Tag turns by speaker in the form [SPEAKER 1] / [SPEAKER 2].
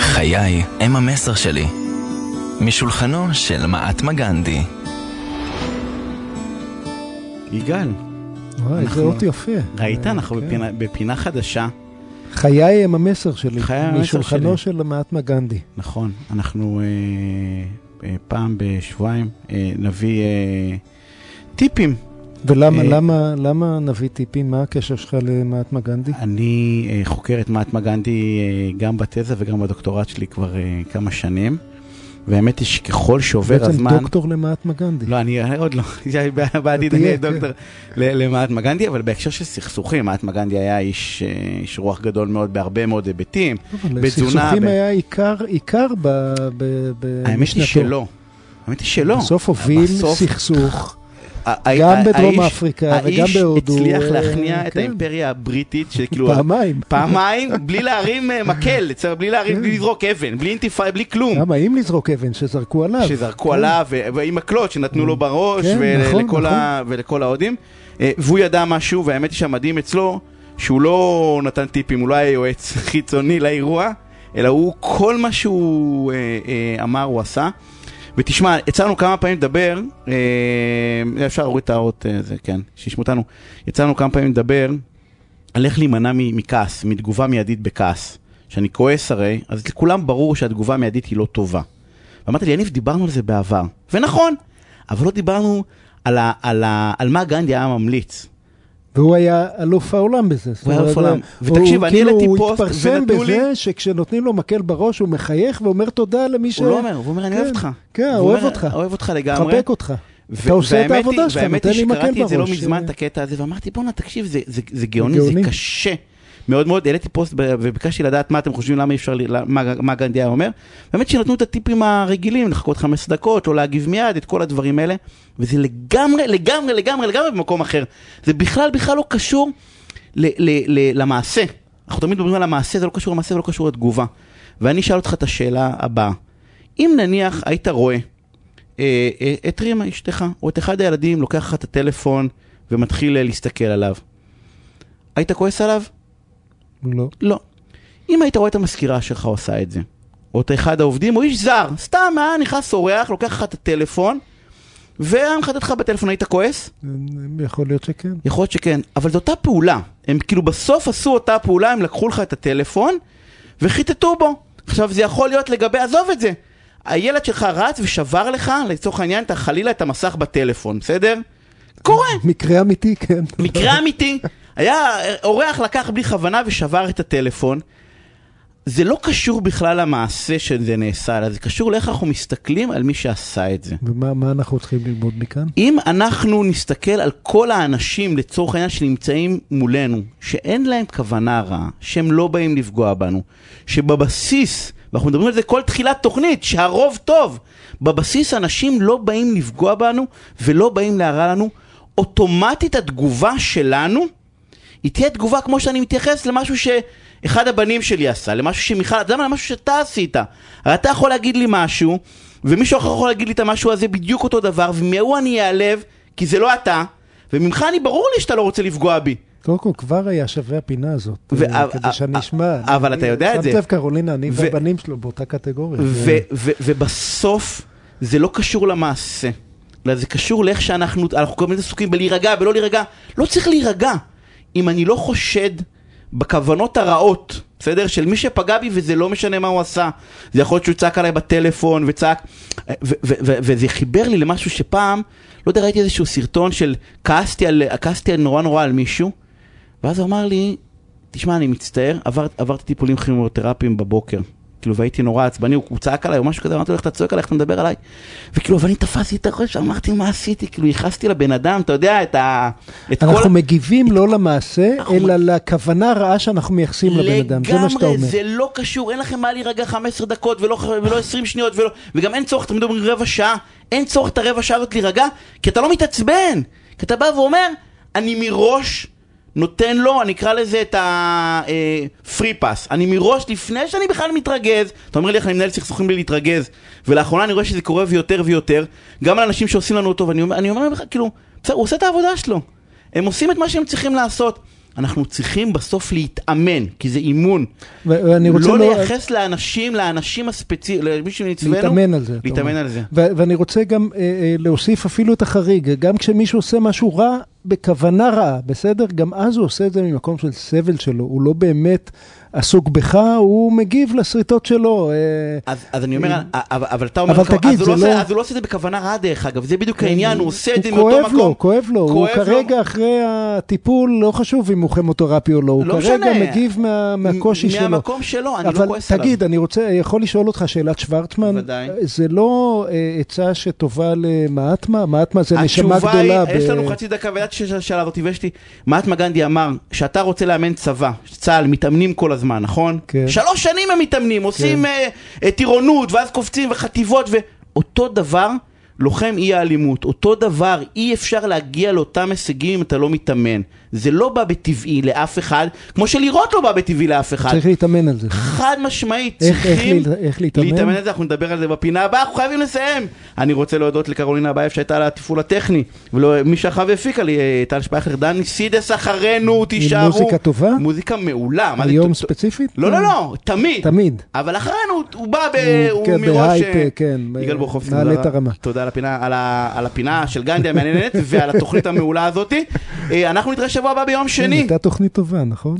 [SPEAKER 1] חיי הם המסר שלי. משולחנו של מעטמה גנדי.
[SPEAKER 2] יגאל,
[SPEAKER 3] וואי, איזה
[SPEAKER 2] אנחנו-
[SPEAKER 3] אות יפה.
[SPEAKER 2] ראית?
[SPEAKER 3] אה,
[SPEAKER 2] אנחנו
[SPEAKER 3] כן.
[SPEAKER 2] בפינה- בפינה חדשה.
[SPEAKER 3] חיי הם המסר שלי,
[SPEAKER 2] חיי הם המסר
[SPEAKER 3] משולחנו
[SPEAKER 2] שלי.
[SPEAKER 3] של מעטמה גנדי.
[SPEAKER 2] נכון, אנחנו אה, אה, פעם בשבועיים אה, נביא אה, טיפים.
[SPEAKER 3] ולמה,
[SPEAKER 2] אה,
[SPEAKER 3] למה, למה נביא טיפים? מה הקשר שלך למעטמה גנדי?
[SPEAKER 2] אני אה, חוקר את מעטמה גנדי אה, גם בתזה וגם בדוקטורט שלי כבר אה, כמה שנים. והאמת היא שככל שעובר
[SPEAKER 3] בעצם
[SPEAKER 2] הזמן...
[SPEAKER 3] דוקטור למעטמה גנדי.
[SPEAKER 2] לא, אני עוד לא, זה בעתיד אני
[SPEAKER 3] תהיה,
[SPEAKER 2] אהיה
[SPEAKER 3] כן.
[SPEAKER 2] דוקטור ל- למעטמה גנדי, אבל בהקשר של סכסוכים, מעטמה גנדי היה איש, אה, איש רוח גדול מאוד בהרבה מאוד היבטים.
[SPEAKER 3] אבל
[SPEAKER 2] בתזונה,
[SPEAKER 3] סכסוכים
[SPEAKER 2] ב-
[SPEAKER 3] היה עיקר, עיקר ב- ב- ב-
[SPEAKER 2] האמת היא
[SPEAKER 3] משנתו.
[SPEAKER 2] שלא. האמת היא שלא.
[SPEAKER 3] בסוף הוביל
[SPEAKER 2] בסוף-
[SPEAKER 3] סכסוך,
[SPEAKER 2] ה- ה-
[SPEAKER 3] גם בדרום
[SPEAKER 2] האיש-
[SPEAKER 3] אפריקה וגם בהודו.
[SPEAKER 2] האיש הצליח
[SPEAKER 3] אה,
[SPEAKER 2] להכניע את
[SPEAKER 3] כן.
[SPEAKER 2] האימפריה הבריטית, שכאילו...
[SPEAKER 3] פעמיים.
[SPEAKER 2] כאילו, פעמיים, בלי להרים אה, מקל, צ- בלי להרים,
[SPEAKER 3] כן.
[SPEAKER 2] בלי לזרוק אבן, בלי אינתיפאדה, בלי כלום.
[SPEAKER 3] למה, אם לזרוק אבן שזרקו עליו.
[SPEAKER 2] שזרקו
[SPEAKER 3] כן.
[SPEAKER 2] עליו, ו- ועם מקלות שנתנו לו בראש,
[SPEAKER 3] כן,
[SPEAKER 2] ול-
[SPEAKER 3] נכון,
[SPEAKER 2] לכל ה- ולכל ההודים. אה, והוא ידע משהו, והאמת היא שהמדהים אצלו, שהוא לא נתן טיפים, הוא לא היה יועץ חיצוני לאירוע, אלא הוא, כל מה שהוא אה, אה, אמר הוא עשה. ותשמע, יצא לנו כמה פעמים לדבר, אה, אפשר להוריד את האות, אה, זה כן, שישמעו אותנו. יצא לנו כמה פעמים לדבר על איך להימנע מ- מכעס, מתגובה מיידית בכעס. שאני כועס הרי, אז לכולם ברור שהתגובה המיידית היא לא טובה. ואמרתי לי, יניב, דיברנו על זה בעבר. ונכון, אבל לא דיברנו על, ה, על, ה, על מה גנדי היה ממליץ.
[SPEAKER 3] והוא היה אלוף העולם בזה. זאת
[SPEAKER 2] הוא היה אלוף
[SPEAKER 3] אומרת,
[SPEAKER 2] העולם.
[SPEAKER 3] הוא-
[SPEAKER 2] ותקשיב, אני
[SPEAKER 3] כאילו,
[SPEAKER 2] העליתי פוסט
[SPEAKER 3] הוא התפרסם
[SPEAKER 2] ונתנו לי-
[SPEAKER 3] בזה שכשנותנים לו מקל בראש הוא מחייך ואומר תודה למי ש...
[SPEAKER 2] הוא לא אומר, הוא אומר, אני
[SPEAKER 3] כן,
[SPEAKER 2] אוהב אותך.
[SPEAKER 3] כן,
[SPEAKER 2] והוא
[SPEAKER 3] אוהב
[SPEAKER 2] אומר,
[SPEAKER 3] אותך.
[SPEAKER 2] אוהב אותך לגמרי.
[SPEAKER 3] חבק אותך.
[SPEAKER 2] ו-
[SPEAKER 3] אתה עושה את
[SPEAKER 2] והאמת
[SPEAKER 3] העבודה
[SPEAKER 2] היא-
[SPEAKER 3] שלך, נותן לי מקל
[SPEAKER 2] והאמת היא שקראתי את זה לא
[SPEAKER 3] בראש. אה.
[SPEAKER 2] מזמן, את הקטע הזה, ואמרתי, בואנה, תקשיב, זה, זה, זה גאוני, גאוני,
[SPEAKER 3] גאוני.
[SPEAKER 2] זה קשה. מאוד מאוד, העליתי פוסט ב- וביקשתי לדעת מה אתם חושבים, למה אי אפשר, ל- למה- מה, מה גנדי היה אומר. באמת שנתנו את הטיפים הרגילים, לחכות 15 דקות, לא להגיב מיד, את כל הדברים האלה. וזה לגמרי, לגמרי, לגמרי, לגמרי במקום אחר. זה בכלל, בכלל לא קשור ל- ל- ל- למעשה. אנחנו תמיד מדברים על המעשה, זה לא קשור למעשה ולא קשור לתגובה. ואני אשאל אותך את השאלה הבאה. אם נניח היית רואה אה, אה, את רימה, אשתך, או את אחד הילדים, לוקח לך את הטלפון ומתחיל אה, להסתכל עליו. היית כועס עליו?
[SPEAKER 3] לא.
[SPEAKER 2] לא. אם היית רואה את המזכירה שלך עושה את זה, או את אחד העובדים, או איש זר, סתם היה נכנס אורח, לוקח לך את הטלפון, והיה מחטט לך בטלפון, היית כועס?
[SPEAKER 3] אה, יכול להיות שכן.
[SPEAKER 2] יכול להיות שכן, אבל זו אותה פעולה. הם כאילו בסוף עשו אותה פעולה, הם לקחו לך את הטלפון וחיטטו בו. עכשיו זה יכול להיות לגבי, עזוב את זה. הילד שלך רץ ושבר לך, לצורך העניין, את חלילה את המסך בטלפון, בסדר? קורה,
[SPEAKER 3] מקרה אמיתי, כן.
[SPEAKER 2] מקרה אמיתי. היה אורח לקח בלי כוונה ושבר את הטלפון. זה לא קשור בכלל למעשה שזה נעשה, אלא זה קשור לאיך אנחנו מסתכלים על מי שעשה את זה.
[SPEAKER 3] ומה מה אנחנו צריכים ללמוד מכאן?
[SPEAKER 2] אם אנחנו נסתכל על כל האנשים לצורך העניין שנמצאים מולנו, שאין להם כוונה רעה, שהם לא באים לפגוע בנו, שבבסיס, ואנחנו מדברים על זה כל תחילת תוכנית, שהרוב טוב, בבסיס אנשים לא באים לפגוע בנו ולא באים להרע לנו, אוטומטית התגובה שלנו היא תהיה תגובה כמו שאני מתייחס למשהו שאחד הבנים שלי עשה, למשהו שמיכל, אתה יודע מה, למשהו שאתה עשית. הרי אתה יכול להגיד לי משהו, ומישהו אחר יכול להגיד לי את המשהו הזה בדיוק אותו דבר, ומהוא אני אעלב, כי זה לא אתה, וממך אני ברור לי שאתה לא רוצה לפגוע בי.
[SPEAKER 3] קודם כל, כבר היה שווה הפינה הזאת,
[SPEAKER 2] ו-
[SPEAKER 3] אה,
[SPEAKER 2] אבל-
[SPEAKER 3] כדי שאני
[SPEAKER 2] אה,
[SPEAKER 3] אשמע.
[SPEAKER 2] אבל
[SPEAKER 3] אני-
[SPEAKER 2] אתה יודע את זה.
[SPEAKER 3] שמת לב, קרולינה, אני
[SPEAKER 2] ו-
[SPEAKER 3] והבנים שלו באותה קטגוריה.
[SPEAKER 2] ו- ו- ובסוף זה לא קשור למעשה, אלא זה קשור לאיך שאנחנו, אנחנו כל הזמן עסוקים בלהירגע ולא להירגע. לא צריך להירגע. אם אני לא חושד בכוונות הרעות, בסדר? של מי שפגע בי וזה לא משנה מה הוא עשה. זה יכול להיות שהוא צעק עליי בטלפון וצעק, ו- ו- ו- וזה חיבר לי למשהו שפעם, לא יודע, ראיתי איזשהו סרטון של כעסתי, על, כעסתי נורא נורא על מישהו, ואז הוא אמר לי, תשמע, אני מצטער, עבר, עברתי טיפולים כימותרפיים בבוקר. כאילו, והייתי נורא עצבני, הוא הוא צעק עליי או משהו כזה, אמרתי לו, איך אתה צועק עליי, איך אתה מדבר עליי? וכאילו, אבל אני תפסתי את הראש, אמרתי, מה עשיתי? כאילו, ייחסתי לבן אדם, אתה יודע, את ה... את
[SPEAKER 3] אנחנו מגיבים לא למעשה,
[SPEAKER 2] אנחנו-
[SPEAKER 3] אלא לכוונה הרעה שאנחנו מייחסים לבן אדם, זה מה שאתה אומר.
[SPEAKER 2] לגמרי, זה לא קשור, אין לכם מה להירגע 15 דקות ולא, ולא 20 שניות, ולא, וגם אין צורך, אתם מדברים רבע שעה, אין צורך את הרבע שעה הזאת להירגע, כי אתה לא מתעצבן, כי אתה בא ואומר, אני מראש נותן לו, אני אקרא לזה את הפרי פאס, אני מראש, לפני שאני בכלל מתרגז, אתה אומר לי איך אני מנהל סכסוכים בלי להתרגז, ולאחרונה אני רואה שזה קורה ויותר ויותר, גם על אנשים שעושים לנו אותו, ואני אומר- אני אומר לך, כאילו, בסדר, הוא עושה את העבודה שלו. הם עושים את מה שהם צריכים לעשות. אנחנו צריכים בסוף להתאמן, כי זה אימון.
[SPEAKER 3] ו- ואני רוצה
[SPEAKER 2] לא לייחס לאנשים, לאנשים הספציפיים, למי שנצבנו,
[SPEAKER 3] להתאמן על זה. אתה
[SPEAKER 2] להתאמן
[SPEAKER 3] אומר.
[SPEAKER 2] על זה.
[SPEAKER 3] ו- ואני רוצה גם אה, אה, להוסיף אפילו את החריג, גם כשמישהו עושה משהו רע, בכוונה רעה, בסדר? גם אז הוא עושה את זה ממקום של סבל שלו, הוא לא באמת עסוק בך, הוא מגיב לשריטות שלו. אה,
[SPEAKER 2] אז, אז אני אומר, אבל, אבל אתה אומר,
[SPEAKER 3] אבל
[SPEAKER 2] בכוונה- אז,
[SPEAKER 3] תגיד,
[SPEAKER 2] הוא
[SPEAKER 3] זה
[SPEAKER 2] לא... עושה,
[SPEAKER 3] לא- כן,
[SPEAKER 2] אז הוא לא עושה את זה בכוונה רע דרך אגב, זה בדיוק העניין, הוא עושה את זה
[SPEAKER 3] הוא
[SPEAKER 2] מאותו
[SPEAKER 3] כואב
[SPEAKER 2] מקום.
[SPEAKER 3] לו, כואב לו, הוא
[SPEAKER 2] כואב לו.
[SPEAKER 3] כרגע אחרי הטיפול, לא חשוב אם הוא כימותרפי או לא, הוא
[SPEAKER 2] לא
[SPEAKER 3] כרגע
[SPEAKER 2] משנה.
[SPEAKER 3] מגיב מה- מהקושי שלו.
[SPEAKER 2] מהמקום שלו, אני לא
[SPEAKER 3] אבל
[SPEAKER 2] כועס עליו.
[SPEAKER 3] תגיד, אני רוצה, יכול לשאול אותך שאלת שוורצמן?
[SPEAKER 2] בוודאי.
[SPEAKER 3] זה לא אה, עצה שטובה למעטמה? מעטמה זה נשמה
[SPEAKER 2] התשובה
[SPEAKER 3] גדולה.
[SPEAKER 2] היא, אה, יש לנו חצי דקה וידעתי שיש שאלה הזאת, ויש לי, מהטמה גנדי אמר, שאתה רוצה לאמן צבא, צה"ל, מתאמנים כל הזמן, נכון?
[SPEAKER 3] כן.
[SPEAKER 2] שלוש שנים הם מתאמנים, עושים אה, אה, טירונות, ואז קופצים וחטיבות, ואותו דבר, לוחם אי האלימות, אותו דבר, אי אפשר להגיע לאותם הישגים אם אתה לא מתאמן. זה לא בא בטבעי לאף אחד, כמו שלראות לא בא בטבעי לאף אחד.
[SPEAKER 3] צריך להתאמן על זה.
[SPEAKER 2] חד משמעית,
[SPEAKER 3] איך- איך
[SPEAKER 2] צריכים
[SPEAKER 3] להת- איך להתאמן?
[SPEAKER 2] להתאמן על זה, אנחנו נדבר על זה בפינה הבאה, אנחנו חייבים לסיים. אני רוצה להודות לקרולינה אבייב שהייתה על התפעול הטכני, ומי שעכשיו הפיקה לי, אה, טל שפייכר, דני סידס אחרינו, תישארו.
[SPEAKER 3] מוזיקה טובה?
[SPEAKER 2] מוזיקה מעולה. מה זה
[SPEAKER 3] היום
[SPEAKER 2] טוב-
[SPEAKER 3] ספציפית? Mm.
[SPEAKER 2] לא, לא, לא, תמיד.
[SPEAKER 3] תמיד.
[SPEAKER 2] אבל אחרינו, הוא בא ב... הוא
[SPEAKER 3] כן,
[SPEAKER 2] מראש...
[SPEAKER 3] בהייפ,
[SPEAKER 2] אה,
[SPEAKER 3] כן,
[SPEAKER 2] יגאל
[SPEAKER 3] אה,
[SPEAKER 2] בורחובסקי,
[SPEAKER 3] נעלה
[SPEAKER 2] תודה
[SPEAKER 3] את
[SPEAKER 2] רבה.
[SPEAKER 3] הרמה.
[SPEAKER 2] תודה על הפינה- על ה- על הפינה של גנדי המעניינת ועל התוכנית המעולה הזאתי. אה, אנחנו נתראה שבוע הבא ביום
[SPEAKER 3] כן,
[SPEAKER 2] שני.
[SPEAKER 3] הייתה תוכנית טובה, נכון?